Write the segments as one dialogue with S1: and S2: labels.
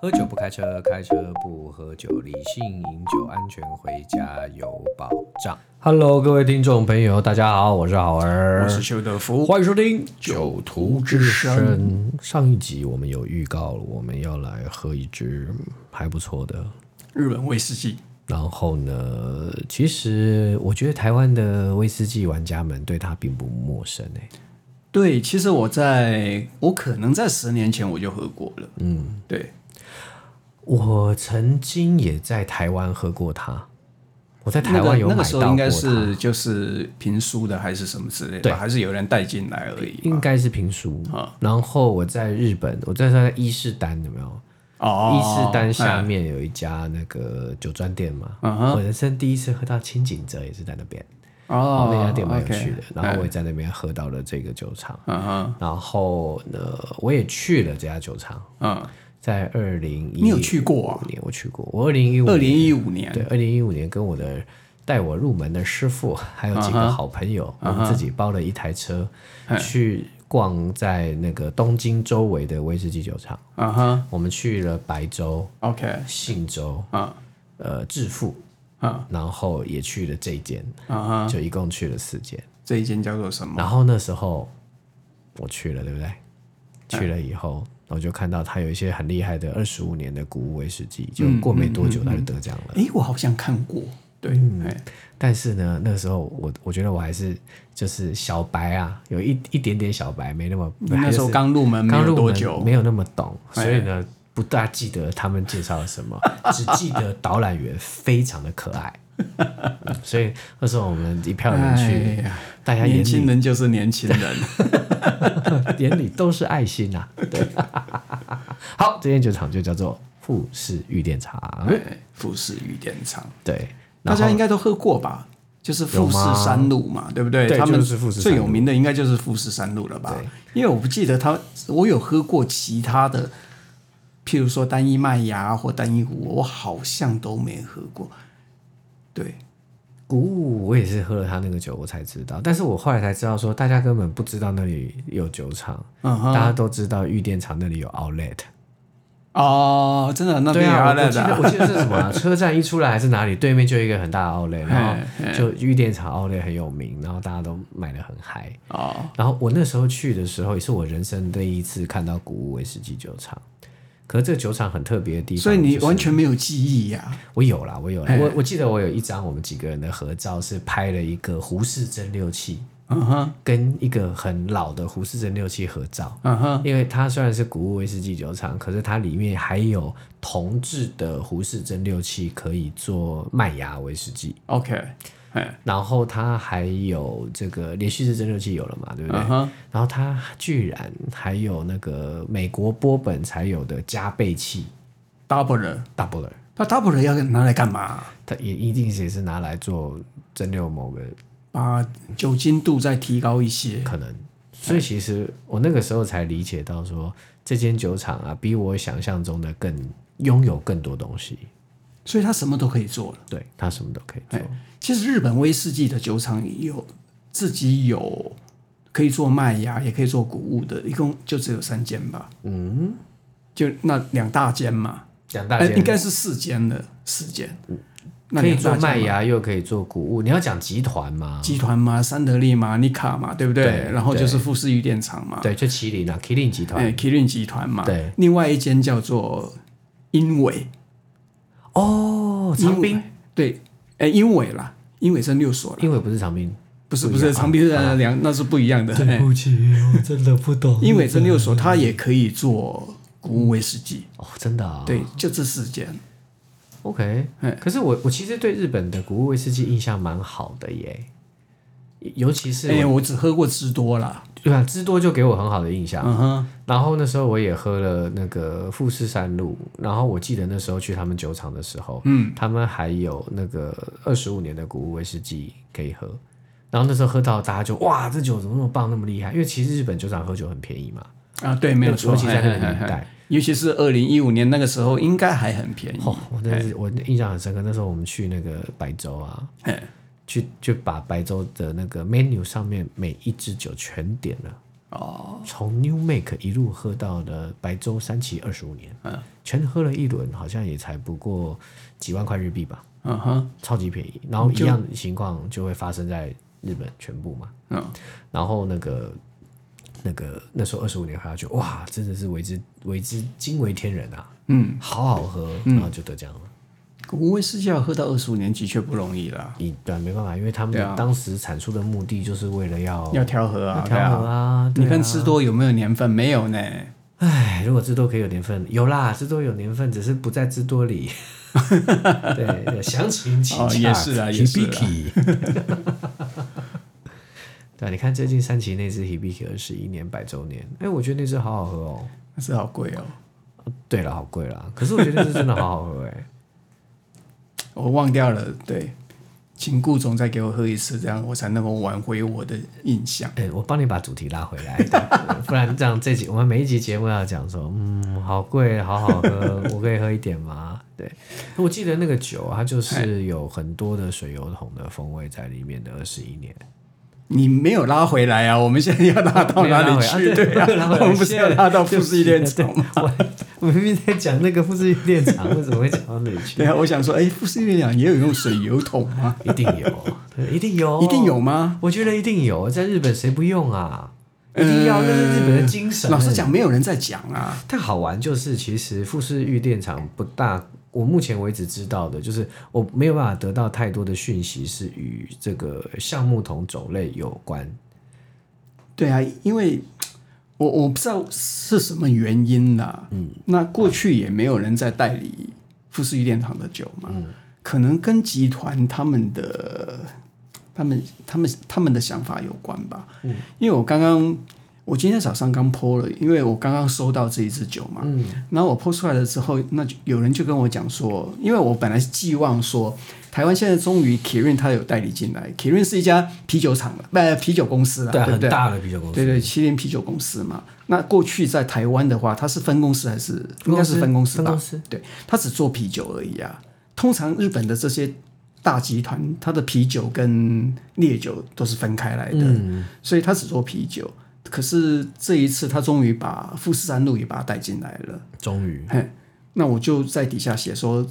S1: 喝酒不开车，开车不喝酒，理性饮酒，安全回家有保障。Hello，各位听众朋友，大家好，我是好儿，
S2: 我是邱德福，
S1: 欢迎收听《
S2: 酒徒之声》。
S1: 上一集我们有预告了，我们要来喝一支还不错的。
S2: 日本威士忌。
S1: 然后呢，其实我觉得台湾的威士忌玩家们对它并不陌生欸诶、
S2: 对，其实我在我可能在十年前我就喝过了。嗯，对，
S1: 我曾经也在台湾喝过它，我在台
S2: 那
S1: 湾
S2: 个
S1: 有买
S2: 那
S1: 到过
S2: 个
S1: 它。
S2: 时候应该是就是评书的还是什么之类的
S1: 对
S2: 吧，还是有人带进来而已
S1: 应
S2: 吧。
S1: 该是平叔
S2: 啊
S1: 然后我在日本，我在在伊势丹有没有？伊
S2: 哦，
S1: 势丹下
S2: 嗯
S1: 面有一家那个酒庄店嘛。
S2: 嗯哼
S1: 我人生第一次喝到清景泽也是在那边，
S2: 哦，
S1: 那家店蛮有趣的
S2: OK，。
S1: 然后我也在那边喝到了这个酒厂，
S2: 嗯哼，
S1: 然后呢，我也去了这家酒厂，
S2: 嗯，
S1: 在二零一
S2: 你有去过啊？
S1: 五年我去过，我二零一五
S2: 二零一五年，
S1: 对，二零一五年跟我的带我入门的师傅，还有几个好朋友我们自己包了一台车去逛在那个东京周围的威士忌酒厂。
S2: 嗯哼
S1: 我们去了白州、
S2: ，OK，
S1: 信州、
S2: 嗯
S1: 呃致富，
S2: 嗯
S1: 然后也去了这间，
S2: 嗯哼，
S1: 就一共去了四间。
S2: 这一间叫做什么？
S1: 然后那时候我去了，对不对？去了以后，我就看到他有一些很厉害的二十五年的谷物威士忌，就过没多久他就得奖了。
S2: 诶，我好像看过，对，
S1: 嗯
S2: 哎，
S1: 但是呢，那时候我我觉得我还是就是小白啊，有一一点点小白，没那么
S2: 你嗯那时候
S1: 还是
S2: 刚入门没
S1: 刚入
S2: 有
S1: 门
S2: 多久，
S1: 没有那么懂，
S2: 哎
S1: 所以呢不大记得他们介绍了什么，只记得导览员非常的可爱。 嗯所以那时候我们一票人去，
S2: 哎呀
S1: 大家眼
S2: 年轻
S1: 里
S2: 人就是年轻人，
S1: 眼里都是爱心呐、啊。 对，好，这间酒厂就叫做富士御殿厂。
S2: 哎富士御电厂，
S1: 对，
S2: 大
S1: 然
S2: 家
S1: 后
S2: 应该都喝过吧？就是
S1: 有
S2: 富士
S1: 吗
S2: 山路嘛，对不对？
S1: 对
S2: 他们
S1: 就是富士山
S2: 最
S1: 路
S2: 有名的应该就是富士山路了吧？因为我不记得他，我有喝过其他的，譬如说单一麦芽或单一壶，我好像都没喝过。对，
S1: 谷物，哦我也是喝了他那个酒，我才知道。但是我后来才知道说，大家根本不知道那里有酒厂，
S2: 嗯
S1: 大
S2: 哼，
S1: 家都知道玉电厂那里有 Outlet。
S2: 哦，真的那
S1: 对
S2: 边
S1: 啊，
S2: 阿
S1: 我
S2: 赖
S1: 我记
S2: 的
S1: 得
S2: 啊，
S1: 我记得是什么啊、车站一出来还是哪里，对面就有一个很大的 Outlet，然后就玉电厂 Outlet 很有名，然后大家都买的很嗨。
S2: 哦，
S1: 然后我那时候去的时候，也是我人生第一次看到古物威士忌酒厂。可是这个酒厂很特别的地方，
S2: 所以你
S1: 就是
S2: 完全没有记忆呀、
S1: 我有啦，我有啦，我我记得我有一张我们几个人的合照，是拍了一个胡适蒸馏器。
S2: 嗯哼，
S1: 跟一个很老的胡适蒸馏器合照，
S2: 嗯哼，
S1: 因为它虽然是谷物威士忌酒厂，可是它里面还有铜制的胡适蒸馏器可以做麦芽威士忌，
S2: OK，哎，
S1: 然后它还有这个连续式蒸馏器有了嘛，对不对？
S2: 嗯哼，
S1: 然后它居然还有那个美国波本才有的加倍器
S2: double 了，
S1: （doubler），
S2: 那 double 了要拿来干嘛？啊
S1: 它也一定也是拿来做蒸馏某个
S2: 把酒精度再提高一些。
S1: 可能。所以其实我那个时候才理解到说，这间酒厂啊，比我想象中的更拥有更多东西。
S2: 所以它什么都可以做了。
S1: 对，它什么都可以
S2: 哎
S1: 做。
S2: 其实日本威士忌的酒厂也有自己有可以做麦芽，也可以做谷物的，一共就只有三间吧。嗯，就那两大间嘛，
S1: 讲大
S2: 哎，
S1: 间
S2: 应该是四间的，四间。那
S1: 可以
S2: 两大
S1: 做
S2: 间嘛
S1: 麦芽，又可以做谷物。你要讲集团吗？
S2: 集团嘛，三得利嘛，尼卡嘛，对不对？
S1: 对
S2: 然后就是富士御电厂嘛，
S1: 对，就麒麟啊，麒麟集团。
S2: 哎，Kirin 集团嘛，
S1: 对。
S2: 另外一间叫做英伟，
S1: 哦，长
S2: 英
S1: 滨
S2: 伟，对，哎，英伟啦，英伟蒸馏所啦。
S1: 因为不是长滨。
S2: 不是不是，长臂的两那是不一样的。嘿
S1: 不起，我真的不懂
S2: 因为蒸馏所它也可以做谷物威士忌，
S1: 哦，真的啊。
S2: 对，就这四间。
S1: OK，
S2: 哎
S1: 可是我我其实对日本的谷物威士忌印象蛮好的耶，尤其是
S2: 哎，我只喝过芝多啦。
S1: 对吧？芝多就给我很好的印象。
S2: 嗯哼，
S1: 然后那时候我也喝了那个富士山路，然后我记得那时候去他们酒厂的时候，嗯，他们还有那个二十五年的谷物威士忌可以喝。然后那时候喝到大家就哇，这酒怎么那么棒，那么厉害？因为其实日本酒厂喝酒很便宜嘛，
S2: 啊，对，没有错。
S1: 尤其在那个
S2: 嘿嘿
S1: 年
S2: 嘿
S1: 代。
S2: 哎尤其是二零一五年那个时候，应该还很便宜。
S1: 哦，我真的
S2: 哎
S1: 是我印象很深刻。那时候我们去那个白州啊，
S2: 嘿
S1: 去就把白州的那个 menu 上面每一支酒全点了，
S2: 哦，
S1: 从 New Make 一路喝到了白州三期二十五年，
S2: 嗯
S1: 全喝了一轮，好像也才不过几万块日币吧，
S2: 嗯哼，
S1: 超级便宜。然后一样的情况就会发生在日本全部嘛。
S2: 嗯，
S1: 然后那个那个那时候二十五年喝下去，哇，真的是为之为之惊为天人啊！
S2: 嗯，
S1: 好好喝，然后就得奖了。
S2: 无威士忌要喝到二十五年级却不容易啦，
S1: 一段没办法，因为他
S2: 对啊
S1: 们当时产出的目的就是为了要
S2: 要调和啊，对
S1: 调和
S2: 啊。
S1: 啊。对
S2: 你
S1: 啊
S2: 看吃多有没有年份？没有呢，
S1: 唉，如果智多可以有年份，有啦，智多有年份，只是不在智多 里。对，对详情请
S2: 哦
S1: 洽
S2: 也是啊也是啊
S1: Hibiki 对啊，你看最近三期那支 Hibiki 二十一年百周年，哎，我觉得那支好好喝哦。
S2: 但是好贵哦，
S1: 对了，好贵啦，可是我觉得那支真的好好喝哎、
S2: 我忘掉了。对，请顾总再给我喝一次，这样我才能够挽回我的印象。
S1: 哎、我帮你把主题拉回来， 对不然这样这集我们每一集节目要讲说，嗯，好贵，好好 喝，我可以喝一点吗？对，我记得那个酒啊它就是
S2: 哎
S1: 有很多的水油桶的风味在里面的二十一年，
S2: 你没有拉回来啊！我们现在要拉到哪里去？
S1: 没有
S2: 对 啊，
S1: 拉回啊对
S2: 我们不是要拉到富士炼厂吗？
S1: 我 我明明在讲那个富士电厂，为什么会讲到那里去？
S2: 对啊，我想说，哎，富士炼厂也有用水油桶吗？
S1: 一定有，对一定有，
S2: 一定有，吗？
S1: 我觉得一定有，在日本谁不用啊？一定要，那是日本的精神。
S2: 呃老实讲，没有人在讲啊。
S1: 但好玩就是，其实富士御电厂不大，我目前为止知道的就是，我没有办法得到太多的讯息是与这个橡木桶种类有关。
S2: 对啊，因为我我不知道是什么原因啦、嗯，那过去也没有人在代理富士御电厂的酒嘛，可能跟集团他们的、他们、他们、他们的想法有关吧。嗯，因为我刚刚。我今天早上刚剖了，因为我刚刚收到这一支酒嘛，嗯，然后我剖出来了之后，那就有人就跟我讲说，因为我本来是寄望说，台湾现在终于 Kirin 它有代理进来，Kirin 是一家啤酒厂了，不、啤酒公司了，
S1: 对啊，
S2: 对不
S1: 很
S2: 对？
S1: 大的啤酒公司，
S2: 对对，麒麟啤酒公司嘛。那过去在台湾的话，它是分公司还是应该是分公司
S1: 分
S2: 吧？
S1: 公司
S2: 对，它只做啤酒而已啊。通常日本的这些大集团，它的啤酒跟烈酒都是分开来的，
S1: 嗯
S2: 所以它只做啤酒。可是这一次，它终于把富士山路也把它带进来了。
S1: 终于
S2: 那我就在底下写说，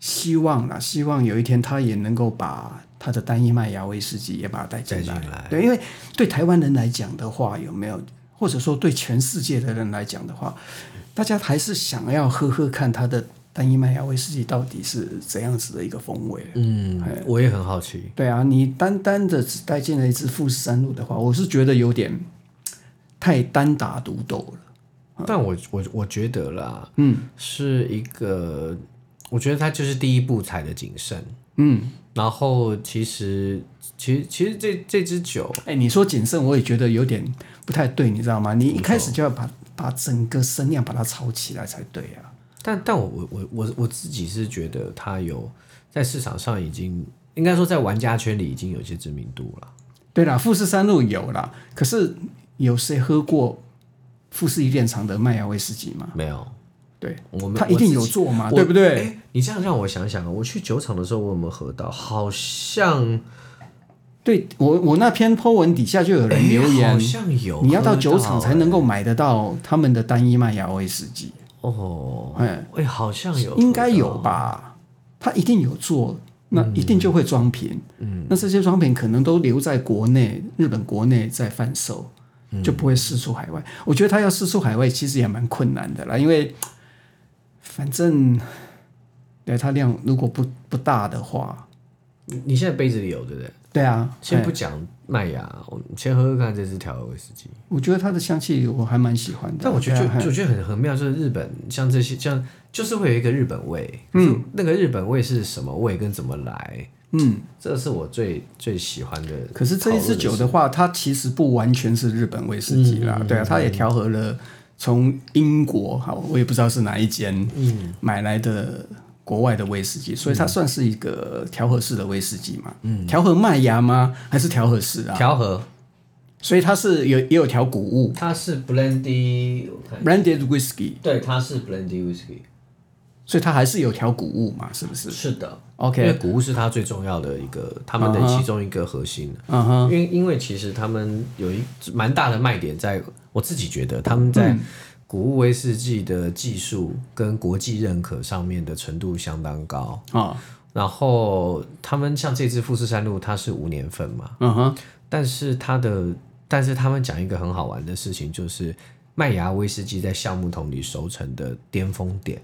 S2: 希望啦，希望有一天他也能够把他的单一麦芽威士忌也把它带进
S1: 带
S2: 来。
S1: 进来
S2: 对，因为对台湾人来讲的话，有没有，或者说对全世界的人来讲的话，大家还是想要喝喝看他的单一麦芽威士忌到底是怎样子的一个风味。
S1: 嗯，
S2: 哎
S1: 我也很好奇，
S2: 对啊，你单单的只带进了一支富士山路的话，我是觉得有点太单打独斗了。嗯
S1: 但我我我觉得啦，嗯，是一个，我觉得它就是第一步踩的谨慎，
S2: 嗯，
S1: 然后其实其实其实这这支酒
S2: 哎、你说谨慎，我也觉得有点不太对，你知道吗？你一开始就要把把整个声量把它炒起来才对啊。
S1: 但但我我我我我自己是觉得它有在市场上已经应该说在玩家圈里已经有一些知名度了。
S2: 对啦，富士山路有啦，可是有谁喝过富士一电厂的麦芽威士忌吗？
S1: 没有，
S2: 对，
S1: 我们
S2: 他一定有
S1: 我自己
S2: 做嘛，
S1: 我哎
S2: 对不对？
S1: 诶你这样让我想想，啊我去酒厂的时候我有没有喝到？好像
S2: 对我我那篇 po 文底下就有人留
S1: 诶哎好
S2: 言，
S1: 像有。欸哎
S2: 你要到酒厂才能够买得到他们的单一麦芽威士忌，
S1: 哦，
S2: 哎、
S1: 哎、好像有，
S2: 应该有。吧？他一定有做，那
S1: 嗯
S2: 一定就会装瓶。嗯，那这些装瓶可能都留在国内，日本国内在贩售，
S1: 嗯
S2: 就不会释出海外。我觉得他要释出海外，其实也蛮困难的啦，因为反正对它量如果不不大的话，
S1: 你你现在杯子里有对不对？
S2: 对啊，
S1: 先
S2: 哎
S1: 不讲麦芽，我们先喝喝看这支调和威士忌。
S2: 我觉得它的香气我还蛮喜欢的。
S1: 但我觉得
S2: 对啊
S1: 就就觉得很很妙，就是日本像这些像就是会有一个日本味，嗯，那个日本味是什么味跟怎么来，
S2: 嗯，
S1: 这是我最最喜欢的。
S2: 可是这一支酒的话，它其实不完全是日本威士忌啦，对啊，它也调和了从英国，好，我也不知道是哪一间，嗯，买来的国外的威士忌，所以它算是一个调和式的威士忌嘛，嗯，调和麦芽吗？还是调和式啊？
S1: 调和，
S2: 所以它是有也有调谷物
S1: 它是 blendy，我看
S2: branded whisky，
S1: 对，它是 blendy whisky，
S2: 所以它还是有调谷物嘛，是不是
S1: 是的因为
S2: OK，
S1: 谷物是它最重要的一个，他们的其中一个核心。
S2: 嗯哼，
S1: 因为因为其实他们有一蛮大的卖点在，我自己觉得他们在谷物威士忌的技术跟国际认可上面的程度相当高。
S2: 哦，
S1: 然后他们像这支富士山路，它是五年份嘛，
S2: 嗯哼，
S1: 但是它的但是他们讲一个很好玩的事情，就是麦芽威士忌在橡木桶里熟成的巅峰点，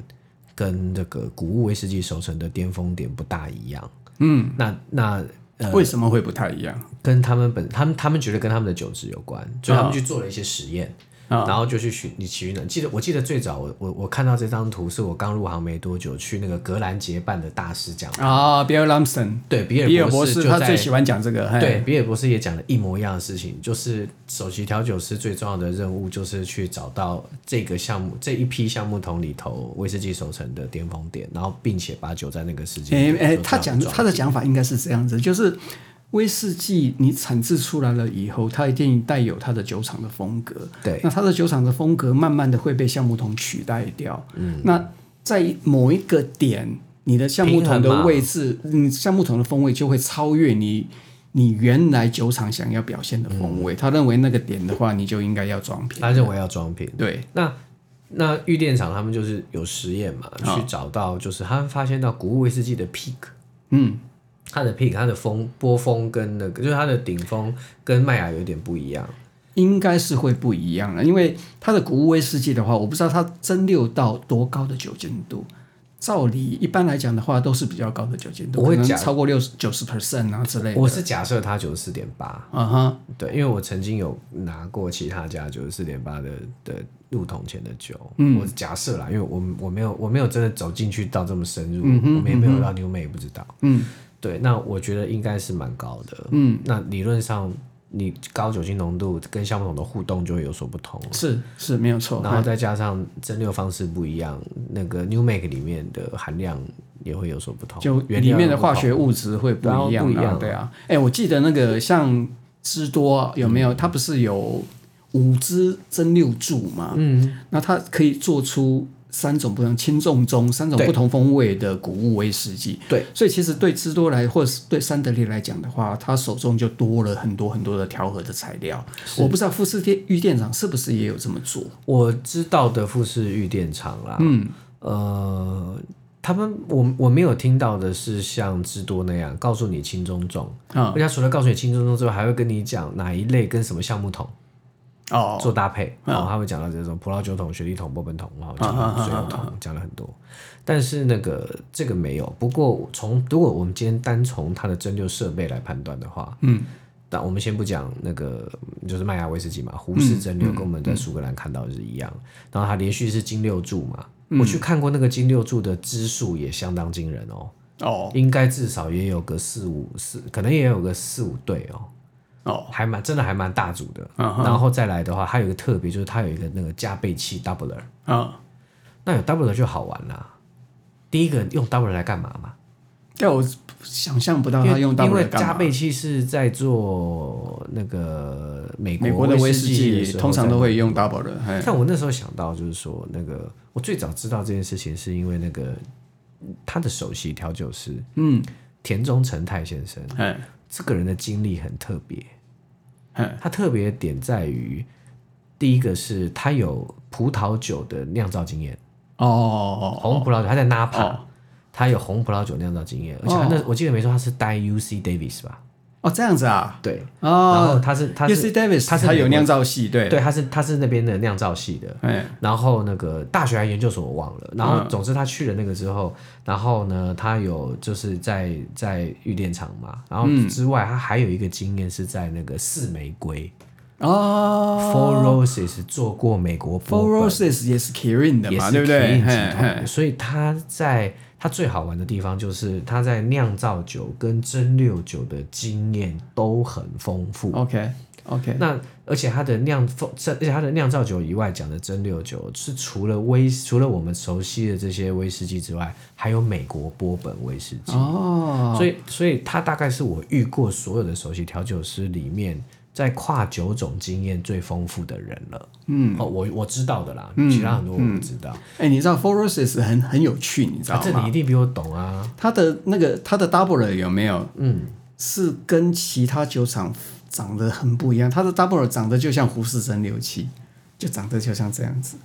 S1: 跟这个谷物威士忌熟成的巅峰点不大一样。嗯，那那
S2: 为什么会不太一样？
S1: 跟他们本他们他们觉得跟他们的酒质有关，所以
S2: 啊
S1: 他们去做了一些实验，然后就去寻你去呢，记得我记得最早我我我看到这张图是我刚入行没多久去那个格兰杰办的大师讲，
S2: 啊，Bill Lamson，
S1: 对比尔
S2: 比尔博
S1: 士
S2: 士
S1: 就
S2: 他
S1: 在
S2: 最喜欢哎讲这个，嘿，
S1: 对比尔博士也讲了一模一样的事情，就是首席调酒师最重要的任务就是去找到这个项目这一批橡木桶里头威士忌熟成的巅峰点，然后并且把酒在那个时间
S2: 诶
S1: 点
S2: 诶，
S1: 做
S2: 他
S1: 这
S2: 讲
S1: 样的状
S2: 他的讲法应该是这样子，就是威士忌你产制出来了以后，它一定带有它的酒厂的风格。
S1: 对
S2: 那它的酒厂的风格慢慢的会被橡木桶取代掉。嗯，那在某一个点，你的橡木桶
S1: 平衡
S2: 的
S1: 嘛
S2: 位置，你橡木桶的风味就会超越你。你原来酒厂想要表现的风
S1: 嗯
S2: 味，他认为那个点的话，你就应该要装瓶。
S1: 他认为要装瓶。
S2: 对，
S1: 那那玉电厂他们就是有实验嘛，去找到就是他们发现到谷物威士忌的 peak，
S2: 嗯，
S1: 它的 peak 它的峰波峰跟那个就是它的顶峰跟麦芽有点不一样，
S2: 应该是会不一样了，因为它的谷物威士忌的话，我不知道它蒸馏到多高的酒精度。照理一般来讲的话，都是比较高的酒精度，
S1: 我会
S2: 可能
S1: 讲
S2: 超过六十九十 percent 啊之类的。
S1: 我是假设它九十四点八，
S2: 啊哈，
S1: 对，因为我曾经有拿过其他家九十四点八的的入桶前的酒，
S2: 嗯
S1: 我假设啦，因为我我没有我没有真的走进去到这么深入，我们也没有到 New 妹也不知道，
S2: 嗯，
S1: 对，那我觉得应该是蛮高的，嗯，那理论上你高酒精浓度跟橡木桶的互动就会有所不同，
S2: 是是没有错。
S1: 然后再加上蒸馏方式不一样，那个 New Make 里面的含量也会有所不同，
S2: 就
S1: 哦原
S2: 里面
S1: 料
S2: 的
S1: 也不同
S2: 化学物质会不一样、啊，
S1: 然后不一样啊
S2: 对啊。哎、我记得那个像芝多啊有
S1: 嗯
S2: 没有？它不是有五支蒸馏柱嘛？嗯，那它可以做出三种不同轻重中三种
S1: 对
S2: 不同风味的谷物威士忌。
S1: 对，
S2: 所以其实对芝多来，或者是对三得利来讲的话，他手中就多了很多很多的调和的材料。我不知道富士店玉店长是不是也有这么做？
S1: 我知道的富士玉电厂啦，
S2: 嗯，
S1: 呃，他们我我没有听到的是像芝多那样告诉你轻中重，
S2: 啊、
S1: 而且他除了告诉你轻中重之外，还会跟你讲哪一类跟什么橡木桶
S2: 哦，
S1: 做搭配，然后他会讲到这种葡萄酒桶、雪莉桶、波本桶，然后讲
S2: 啊啊啊
S1: 到水果桶，讲了很多。但是那个这个没有，不过从如果我们今天单从它的蒸馏设备来判断的话，
S2: 嗯，
S1: 那我们先不讲那个，就是麦芽威士忌嘛，
S2: 嗯
S1: 胡氏蒸馏跟我们在苏格兰看到的是一样。然后它连续是金六柱嘛，
S2: 嗯
S1: 我去看过那个金六柱的支数也相当惊人哦，
S2: 哦，
S1: 应该至少也有个四五四，可能也有个四五对哦，
S2: 哦，
S1: 还蛮真的还蛮大组的。
S2: 嗯
S1: 然后再来的话，它有一个特别，就是它有一个那个加倍器 doubler，
S2: 啊，
S1: 那有 doubler 就好玩啦。第一个用 doubler 来干嘛嘛？
S2: 但我想象不到他用到
S1: 因
S2: 了
S1: 为
S2: 干
S1: 加
S2: 嘛。
S1: 倍器是在做那个美
S2: 美国的威
S1: 威
S2: 士
S1: 忌的
S2: 忌
S1: 时候
S2: 通常都哎
S1: 在
S2: 会用 double 的，嘿
S1: 但我那时候想到，就是说，那个我最早知道这件事情，是因为那个嗯他的首席调酒师，嗯，田中成泰先生，
S2: 嘿，
S1: 这个人的经历很特别。
S2: 嘿，
S1: 他特别的点在于，第一个是他有葡萄酒的酿造经验，
S2: 哦，
S1: 红葡萄酒，他在 Napa，、
S2: 哦
S1: 他有红葡萄酒酿造经验，而且他那、我记得没错，他是待 UC Davis 吧？
S2: 哦，这样子啊，
S1: 对，然
S2: 哦
S1: 后他是他是
S2: ，U.C. Davis，
S1: 他是
S2: 他有
S1: 美国
S2: 酿造系，对，
S1: 对，他是他是那边的酿造系的，
S2: 哎，
S1: 然后那个大学还研究所我忘了，然后
S2: 嗯
S1: 总之他去了那个之后，然后呢，他有就是在在玉电厂嘛，然后
S2: 嗯
S1: 之外、他还有一个经验是在那个四玫瑰、
S2: 哦
S1: Four Roses 做过美国波
S2: Four
S1: 本
S2: Roses 也是 Kirin 的
S1: 也
S2: 嘛，
S1: 是
S2: 对不对？
S1: Kirin 集
S2: 嘿，
S1: 团的，
S2: 嘿
S1: 所以他在他最好玩的地方就是他在酿造酒跟蒸馏酒的经验都很丰富。
S2: ，OK，OK，
S1: 那而且它的酿风，这而且它的酿造酒以外讲的蒸馏酒是除了威除了我们熟悉的这些威士忌之外，还有美国波本威士忌。
S2: 哦，
S1: 所以，所以它大概是我遇过所有的首席调酒师里面在跨酒种经验最丰富的人了。嗯，哦，我我知道的啦，
S2: 嗯
S1: 其他很多我不知道。
S2: 哎、你知道 Forosis 很很有趣，你知
S1: 啊
S2: 道
S1: 这你
S2: 吗
S1: 一？定比我懂啊。
S2: 它的那个它的 double 有没有
S1: 嗯，
S2: 是跟其他酒厂长得很不一样？它的 double 长得就像胡适蒸馏器，就长得就像这样子。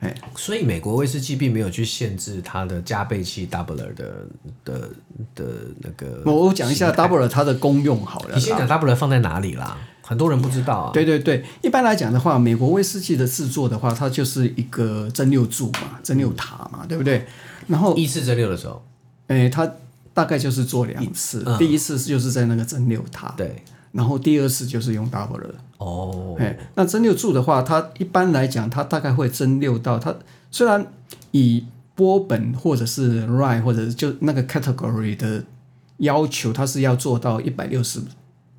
S2: 哎，
S1: 所以美国威士忌并没有去限制它的加倍器 doubler 的的的那个。
S2: 我我讲一下 double 它的功用好了
S1: 你先
S2: 啦。
S1: 讲 doubler 放在哪里啦？很多人不知道啊。
S2: 对对对，一般来讲的话，美国威士忌的制作的话，它就是一个蒸馏柱嘛，蒸馏塔嘛，对不对？然后
S1: 一四蒸馏的时候，
S2: 诶，他大概就是做两次，
S1: 嗯
S2: 第一次就是在那个蒸馏塔，
S1: 对，
S2: 然后第二次就是用 double 了。
S1: 哦，
S2: 哎，那蒸馏柱的话，它一般来讲，它大概会蒸馏到它虽然以波本或者是 rye 或者是就那个 category 的要求，它是要做到一百六十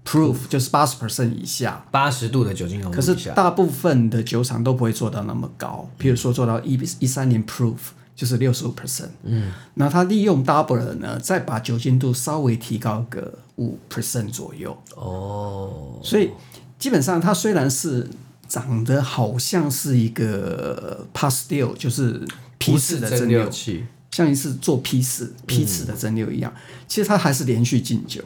S2: proof，就是八十 percent 以下。
S1: 八十度的酒精浓度
S2: 可是
S1: 以下，
S2: 大部分的酒厂都不会做到那么高，比如说做到一一三年 proof 就是六十五 percent，嗯，那它利用 double 呢，再把酒精度稍微提高个五 percent 左右，
S1: 哦，
S2: 所以基本上它虽然是长得好像是一个呃 pastel，就是批次的蒸馏，
S1: 器，
S2: 像一次做批次批次的蒸馏一样，其实它还是连续进酒，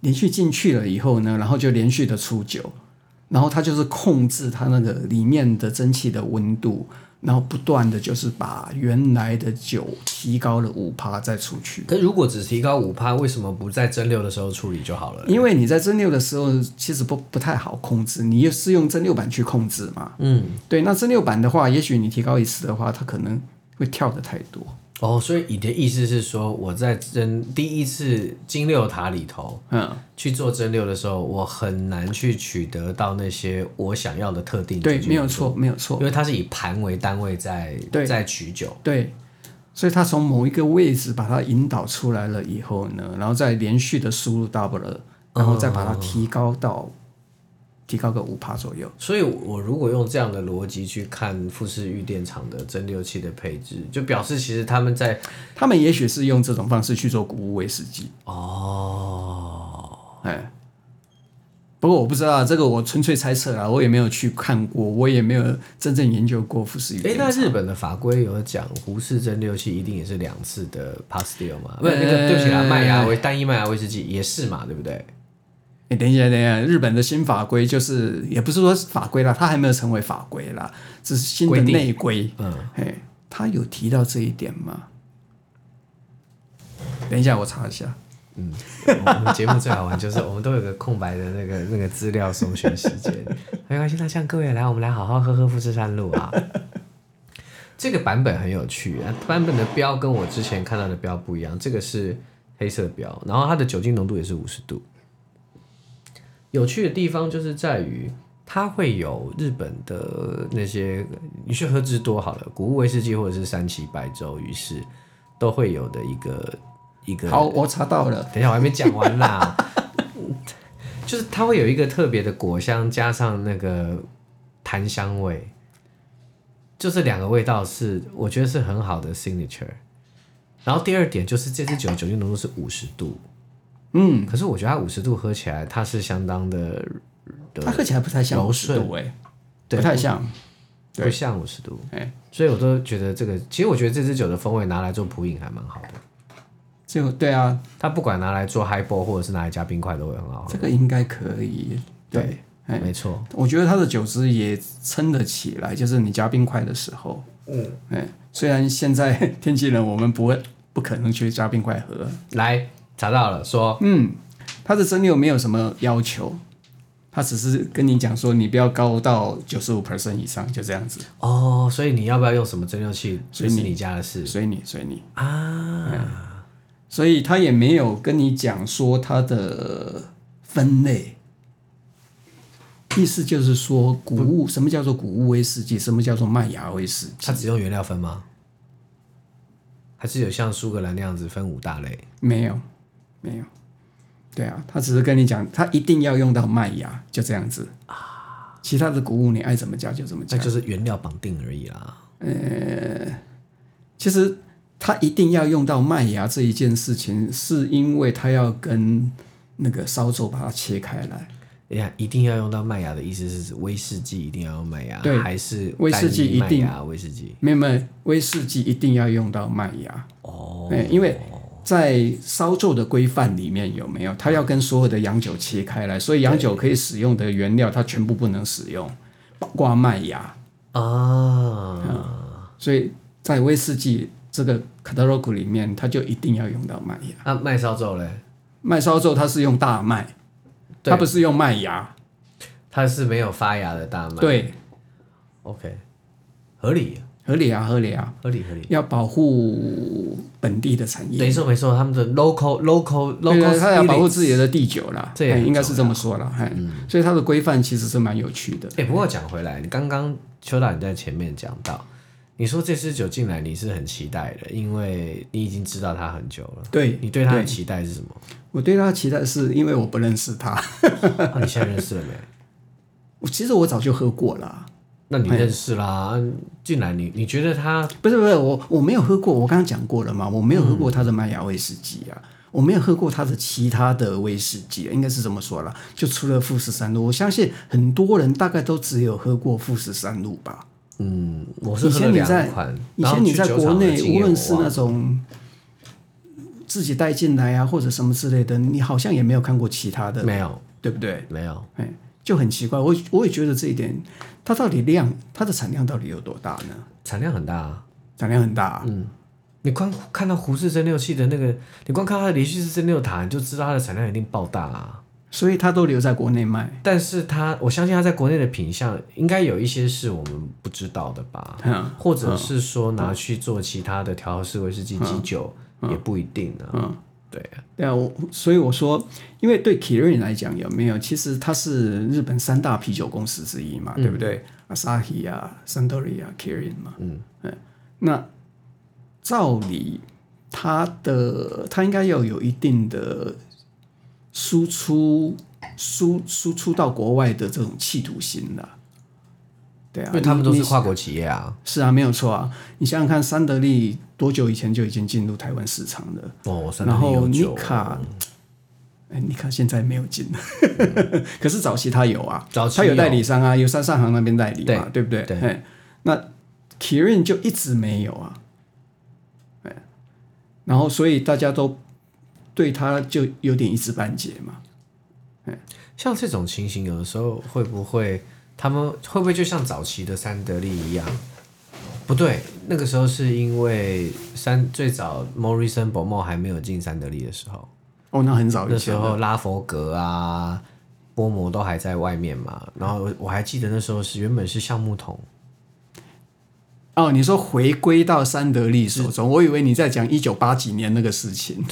S2: 连续进去了以后呢，然后就连续的出酒，然后它就是控制它那个里面的蒸汽的温度，然后不断的就是把原来的酒提高了五趴再出去。
S1: 可如果只提高五趴，为什么不在蒸馏的时候处理就好了？
S2: 因为你在蒸馏的时候，其实不不太好控制，你也是用蒸馏板去控制嘛。
S1: 嗯，
S2: 对，那蒸馏板的话，也许你提高一次的话，它可能会跳的太多。
S1: 哦，所以你的意思是说，我在蒸第一次金六塔里头
S2: 嗯，
S1: 去做蒸馏的时候，我很难去取得到那些我想要的特定
S2: 对，
S1: 酒精
S2: 没有错，没有错
S1: 因。为它是以盘为单位在
S2: 对
S1: 在取酒。
S2: 对，所以它从某一个位置把它引导出来了以后呢，然后再连续的输入 double，然后再把它提高到、提高个五帕左右。
S1: 所以，我如果用这样的逻辑去看富士御电厂的蒸馏器的配置，就表示其实他们在
S2: 他们也许是用这种方式去做谷物威士忌，
S1: 哦，
S2: 哎。不过我不知道啊，这个我纯粹猜测啦，我也没有去看过，我也没有真正研究过富士鱼。
S1: 哎，那日本的法规有讲胡氏蒸馏器一定也是两次的 pastel 吗？不，那个对不起啦，
S2: 呃
S1: 麦芽威单一麦芽威士忌也是嘛，对不对？
S2: 哎，等一下，等一下，日本的新法规就是，也不是说法规啦，它还没有成为法规啦，只是新的
S1: 规定
S2: 内规。
S1: 嗯，
S2: 哎，他有提到这一点吗？等一下，我查一下。
S1: 我们节目最好玩就是我们都有个空白的那个那个资料搜寻时间，没关系，那这样各位来，我们来好好喝喝富士山路啊。 这个版本很有趣，啊，版本的标跟我之前看到的标不一样，这个是黑色标，然后它的酒精浓度也是五十度。有趣的地方就是在于它会有日本的那些，你去喝之多好了，谷物威士忌或者是三崎白州于是都会有的一个一个
S2: 好，我查到了。
S1: 等一下，我还没讲完啦。 就是它会有一个特别的果香，加上那个檀香味，就这两个味道是我觉得是很好的 signature。然后第二点就是这支酒酒精浓度是五十度，
S2: 嗯，
S1: 可是我觉得它五十度喝起来它是相当的
S2: 它喝起来不太像
S1: 柔
S2: 五十
S1: 顺
S2: 度哎，
S1: 对
S2: 不太像。对
S1: 不像五十度，
S2: 哎，
S1: 所以我都觉得这个其实我觉得这支酒的风味拿来做普饮还蛮好的，
S2: 就对啊，
S1: 它不管拿来做 highball 或者是拿来加冰块都会很好
S2: 这
S1: 喝，
S2: 个应该可以。对，哎，
S1: 没错。
S2: 我觉得它的酒质也撑得起来，就是你加冰块的时候。嗯，哎，虽然现在天气冷，我们不会不可能去加冰块喝。
S1: 来查到了，说
S2: 嗯，它的蒸馏没有什么要求，它只是跟你讲说你不要高到九十五 percent 以上，就这样子，
S1: 哦，所以你要不要用什么蒸馏器，
S2: 所以
S1: 这
S2: 你
S1: 是你家的事
S2: 随你随你。
S1: 啊。
S2: 所以他也没有跟你讲说它的分类，意思就是说谷物什么叫做谷物威士忌，什么叫做麦芽威士忌，
S1: 它只用原料分吗？还是有像苏格兰那样子分五大类？
S2: 没有没有，对啊，他只是跟你讲，他一定要用到麦芽，就这样子啊。其他的谷物你爱怎么加就怎么加
S1: 那，哎就是原料绑定而已啦。
S2: 其实他一定要用到麦芽这一件事情，是因为他要跟那个烧酒把它切开来。
S1: 哎呀，一定要用到麦芽的意思是指威士忌一定要用麦芽，
S2: 对
S1: 还是
S2: 威士忌
S1: 单一麦
S2: 一定
S1: 芽威士忌？
S2: 没有没有，威士忌一定要用到麦芽，
S1: 哦，
S2: 哎因为在烧酒的规范里面有没有？它要跟所有的洋酒切开来，所以洋酒可以使用的原料它全部不能使用，包括麦芽。
S1: 啊，
S2: 所以在威士忌这个 catalog 里面，它就一定要用到麦芽。
S1: 那麦烧酒嘞，
S2: 麦烧酒它是用大麦，
S1: 对
S2: 它不是用麦芽。
S1: 它是没有发芽的大麦。
S2: 对，
S1: ，OK，合理，
S2: 合理啊，合理啊，
S1: 合理，合理。
S2: 要保护本地的产业。
S1: 没错，没错，他们的 local local
S2: 对
S1: local，
S2: 啊，他要保护
S1: spirit
S2: 自己的地酒啦，
S1: 这也
S2: 哎
S1: 很
S2: 应该是这么说啦，哎，
S1: 嗯
S2: 所以它的规范其实是蛮有趣的。
S1: 哎、不过讲回来，你刚刚邱导你在前面讲到，你说这支酒进来你是很期待的，因为你已经知道它很久了。
S2: 对
S1: 你对它的期待是什么？
S2: 我对他的期待是因为我不认识他，
S1: 那、啊你现在认识了没？
S2: 我其实我早就喝过啦，
S1: 那
S2: 哎
S1: 你认识啦、啊进来你你觉得它
S2: 不是不是，我我没有喝过，我刚刚讲过了嘛，我没有喝过
S1: 嗯
S2: 他的麦芽威士忌啊，我没有喝过他的其他的威士忌，应该是这么说啦，就除了富士山路，我相信很多人大概都只有喝过富士山路吧。
S1: 嗯，我是
S2: 以
S1: 喝了
S2: 前你
S1: 两
S2: 在
S1: 款，
S2: 以
S1: 然后
S2: 前你
S1: 去
S2: 在
S1: 酒
S2: 国
S1: 厂的
S2: 内，
S1: 经
S2: 无
S1: 验
S2: 论
S1: 我
S2: 是
S1: 忘
S2: 那
S1: 了
S2: 种自己带进来啊，或者什么之类的，你好像也没有看过其他的，
S1: 没有
S2: 对不对？
S1: 没有，
S2: 哎，就很奇怪，我我也觉得这一点，它到底量，它的产量到底有多大呢？
S1: 产量很大、啊。
S2: 产量很大、啊，
S1: 嗯你光看到胡氏蒸馏器的那个，你光看它的连续式蒸馏塔，你就知道它的产量一定爆大啊。
S2: 所以它都留在国内卖。
S1: 但是它，我相信它在国内的品相应该有一些是我们不知道的吧，
S2: 嗯
S1: 或者是说拿去做其他的调和式威士忌基酒、也不一定啊呢、
S2: 嗯
S1: 对，
S2: 对啊，我所以我说，因为对 Kirin 来讲，有没有？其实它是日本三大啤酒公司之一
S1: 嗯
S2: 嘛，对不对？Asahi 啊、Suntory 啊、Kirin 嘛，嗯那照理，它的它应该要有一定的输出输输出到国外的这种企图心的，对啊，
S1: 因为他们都
S2: 你
S1: 是跨国企业啊。
S2: 是啊，没有错啊。你想想看，三得利多久以前就已经进入台湾市场了？
S1: 哦，三
S2: 然
S1: 得利
S2: 后
S1: 有
S2: 妮
S1: 酒，
S2: 卡，哎，妮卡现在没有进， 可是早期他有啊，
S1: 嗯早期哦
S2: 他有代理商啊，有三上行那边代理嘛，对不对？
S1: 对
S2: 哎，那 Kirin 就一直没有啊，哎，哎然后所以大家都对他就有点一知半解嘛。
S1: 像这种情形，有的时候会不会他们会不会就像早期的三得利一样？不对，那个时候是因为三最早 Morrison 博茂还没有进三得利的时候。
S2: 哦，那很早
S1: 那
S2: 以
S1: 时
S2: 前，
S1: 候拉佛格啊、波摩都还在外面嘛。然后我我还记得那时候是原本是橡木 桶，
S2: 哦，你说回归到三得利手中，我以为你在讲一九八几年那个事情，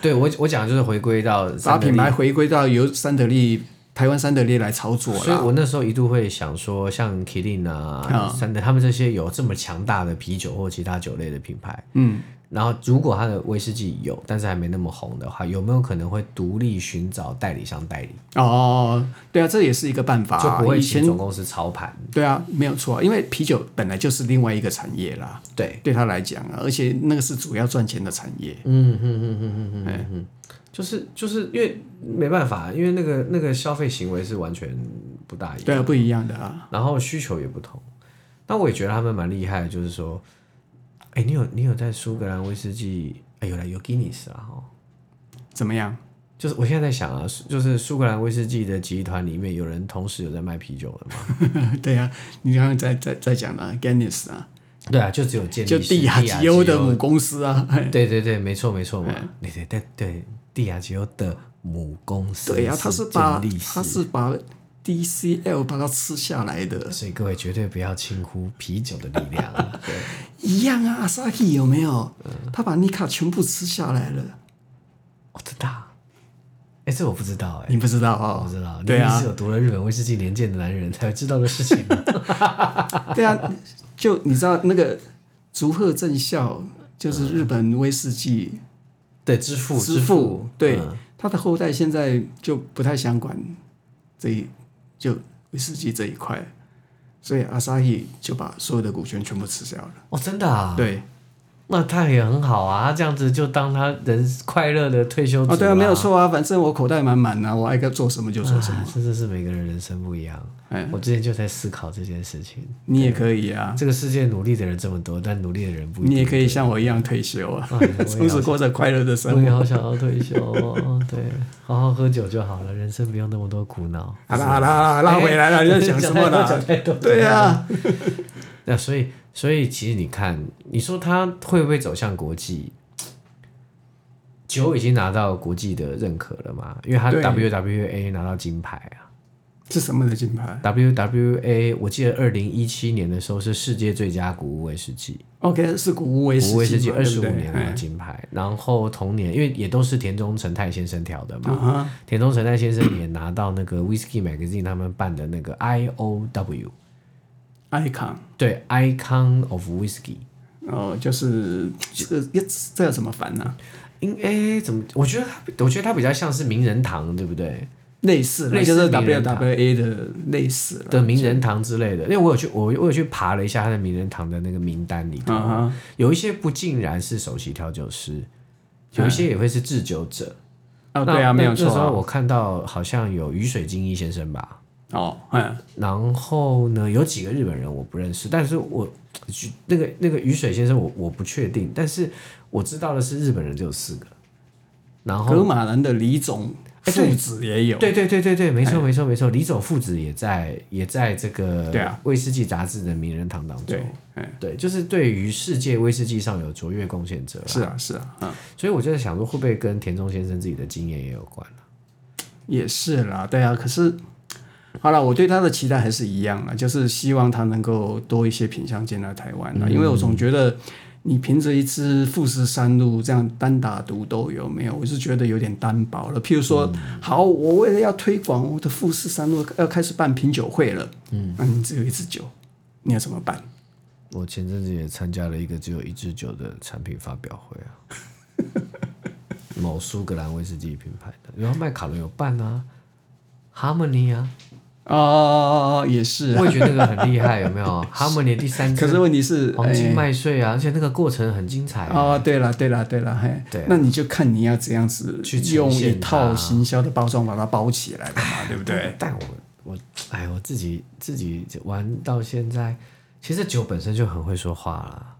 S1: 对我我讲的就是回归到
S2: 把
S1: 三得
S2: 品
S1: 利，
S2: 牌回归到由三得利台湾三得利来操作
S1: 所以
S2: 啦。
S1: 我那时候一度会想说，像麒麟啊、
S2: 啊
S1: 三得他们这些有这么强大的啤酒或其他酒类的品牌，
S2: 嗯，
S1: 然后如果它的威士忌有，但是还没那么红的话，有没有可能会独立寻找代理商代理，
S2: 哦，对啊，这也是一个办法、
S1: 就
S2: 啊。
S1: 不会
S2: 以
S1: 请
S2: 前
S1: 总公司操盘？
S2: 对啊，没有错啊、因为啤酒本来就是另外一个产业啦，
S1: 对，
S2: 对他来讲啊，而且那个是主要赚钱的产业。
S1: 就是就是因为没办法，因为那个那个消费行为是完全不大一样。
S2: 对啊，不一样的啊。
S1: 然后需求也不同。那我也觉得他们蛮厉害的，就是说，哎、你有你有在苏格兰威士忌，哎、有了有吉尼斯啊，哈，
S2: 怎么样？
S1: 就是我现在在想啊，苏就是苏格兰威士忌的集团里面有人同时有在卖啤酒了吗？
S2: 对啊，你刚刚在在在讲了、啊、Guinness 啊，
S1: 对啊，就只有健力士
S2: 就蒂亚吉欧的嗯母，公司啊。嘿
S1: 对对对，没错没错嘛，对对对对，蒂亚吉欧的母公司，
S2: 对啊，他是把
S1: 健力士
S2: 他是把 DCL 把它吃下来的，
S1: 所以各位绝对不要轻忽啤酒的力量啊、 对
S2: 一样啊。Asahi 有没有？
S1: 嗯
S2: 他把妮卡全部吃下来了，
S1: 哦，真的啊、哎、这我不知道哎、
S2: 你不知道哦？
S1: 我知道，
S2: 对
S1: 你一
S2: 啊
S1: 定是，有读了日本威士忌年鉴的男人才会知道的事 情。
S2: 对啊，就你知道那个竹鹤正孝，就是日本威士忌
S1: 对，之嗯父，嗯
S2: 之父，对，他的后代现在就不太想管这一就威士忌这一块，所以阿萨伊就把所有的股权全部吃掉了。
S1: 哦，真的啊，
S2: 对，
S1: 那他也很好啊，这样子就当他人快乐的退休族
S2: 哦，对啊，
S1: 啦
S2: 没有错啊，反正我口袋满满啊，我爱该做什么就做什么
S1: 啊。真的是每个人人生不一样。
S2: 哎，
S1: 我之前就在思考这件事情。
S2: 你也可以啊，
S1: 这个世界努力的人这么多，但努力的人不一
S2: 你
S1: 定。
S2: 也可以像我一样退休啊，
S1: 哎我也好
S2: 从此过着快乐的生
S1: 我
S2: 活。
S1: 也好想要退休哦，对，好好喝酒就好了，人生不用那么多苦恼。
S2: 好啦好啦好啦，拉回来了，你在想什么
S1: 呢？讲
S2: 啦？
S1: 太多。
S2: 对啊，
S1: 那所以，所以其实你看，你说他会不会走向国际？酒已经拿到国际的认可了嘛？因为他
S2: 对
S1: WWA 拿到金牌啊
S2: 是什么的金牌
S1: ，WWA 我记得二零一七年的时候是世界最佳谷物威士忌，
S2: ？OK，是古无威
S1: 谷物威士忌
S2: 忌嘛，
S1: 二十五
S2: 对不对
S1: 年拿到
S2: 哎
S1: 金牌，然后同年因为也都是田中成泰先生调的嘛，
S2: 啊哈，
S1: 田中成泰先生也拿到那个 Whisky Magazine 他们办的那个 IOW，
S2: ，icon。
S1: 对 Icon of Whisky。
S2: 哦，就是这这这有什么烦呢、
S1: 应诶、怎么？我觉得他，我觉得他比较像是名人堂，对不对？
S2: 类似啦，
S1: 类
S2: 就
S1: 似
S2: 是
S1: 名人堂
S2: WWA 的类似了。
S1: 的名人堂之类的。因为我有去，我我有去爬了一下他的名人堂的那个名单里头，
S2: 啊哈，
S1: 有一些不尽然是首席调酒师，有一些也会是制酒者。那
S2: 哦，对啊，
S1: 那
S2: 没有错
S1: 那时候
S2: 啊。
S1: 我看到好像有雨水精一先生吧，
S2: 哦，嗯，
S1: 然后呢，有几个日本人我不认识，但是我去那个那个雨水先生我我不确定，但是我知道的是日本人只有四个，然
S2: 格
S1: 后
S2: 马兰的李总
S1: 哎
S2: 父
S1: 对
S2: 子也有，
S1: 对对对对对，没错没错没错，李总父子也在也在这个
S2: 哎对啊
S1: 威士忌杂志的名人堂当中，
S2: 对，哎，
S1: 对就是对于世界威士忌上有卓越贡献者啦，
S2: 是啊，是啊，嗯，
S1: 所以我就在想说会不会跟田中先生自己的经验也有关啊
S2: 也是啦，对啊。可是，好了，我对他的期待还是一样啦，就是希望他能够多一些品相进来台湾啦，因为我总觉得。你凭着一支富士山路这样单打独斗有没有？我是觉得有点单薄了。譬如说，好，我为了要推广我的富士山路，要开始办品酒会了，嗯，那你只有一支酒，你要怎么办？
S1: 我前阵子也参加了一个只有一支酒的产品发表会啊， 某苏格兰威士忌品牌的，然后麦卡伦有办啊，Harmony 啊，
S2: 哦，也是啊。
S1: 我也觉得那个很厉害，有 没有？Harmony 第三
S2: 可
S1: 支
S2: 是问题是，
S1: 黄金
S2: 哎
S1: 麦穗啊，而且那个过程很精彩啊，
S2: 哦，对了，对了，对了，嘿，
S1: 对啊
S2: 那你就看你要怎样子
S1: 去呈
S2: 用一
S1: 现
S2: 套
S1: 它
S2: 行销的包装把它包起来 的嘛，对不对？
S1: 但我我哎，我自己自己玩到现在，其实酒本身就很会说话啦。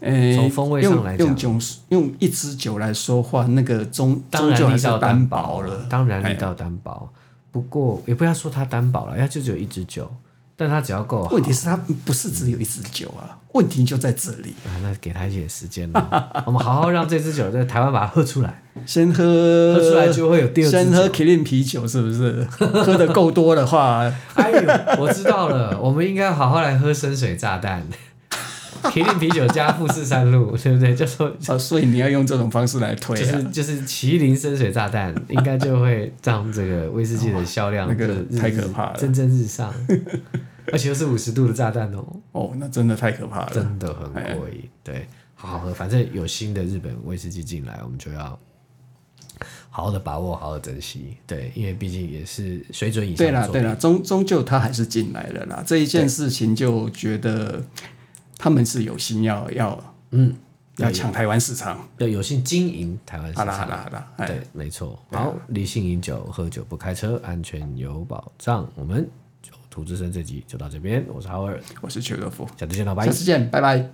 S2: 诶，
S1: 从风味上来
S2: 用用
S1: 讲
S2: 酒用一支酒来说话，那个终
S1: 当
S2: 终究
S1: 然
S2: 还
S1: 力
S2: 是
S1: 道
S2: 单
S1: 单
S2: 薄了。哎
S1: 当然力道单薄。不过也不要说它单薄了，它就只有一支酒，但它只要够好。
S2: 问题是它不是只有一支酒啊，问题就在这里。
S1: 啊，那给他一点时间咯， 我们好好让这支酒在台湾把它喝出 来，
S2: 先喝，
S1: 喝出来就会有第二
S2: 呃先
S1: 支
S2: 喝
S1: 酒。
S2: 麒麟啤酒是不 是？喝的够多的话，啊
S1: 哎呦，我知道了，我们应该好好来喝深水炸弹， 麒麟啤酒加富士山路，对不对？就说
S2: 啊，所以你要用这种方式来推
S1: 就
S2: 啊
S1: 是。就是麒麟深水炸 弹，应该就会让这个威士忌的销量
S2: 哇那个
S1: 就是日
S2: 太可怕了
S1: 蒸蒸日 上，而且又是五十度的炸弹哦，
S2: 哦，那真的哎太可怕了。
S1: 真的很过瘾。对，好好喝，反正有新的日本威士忌进来，我们就要好好的把握，好好地珍惜。对，因为毕竟也是水准以上
S2: 对
S1: 的
S2: 啦，
S1: 作
S2: 对
S1: 品。
S2: 啦，终终究他还是进来了啦。这一件事情就觉得他们是有心要要
S1: 嗯，
S2: 要抢台湾市场。
S1: 要有幸经营台湾市
S2: 好啦好
S1: 场。
S2: 啦好啦，哎，
S1: 对，没错。好，理性饮酒，喝酒不开车，安全有保障。我们就土之声这集就到这边，我是浩尔，
S2: 我是邱德福，
S1: 下次见，了，拜
S2: 下。次见，拜拜。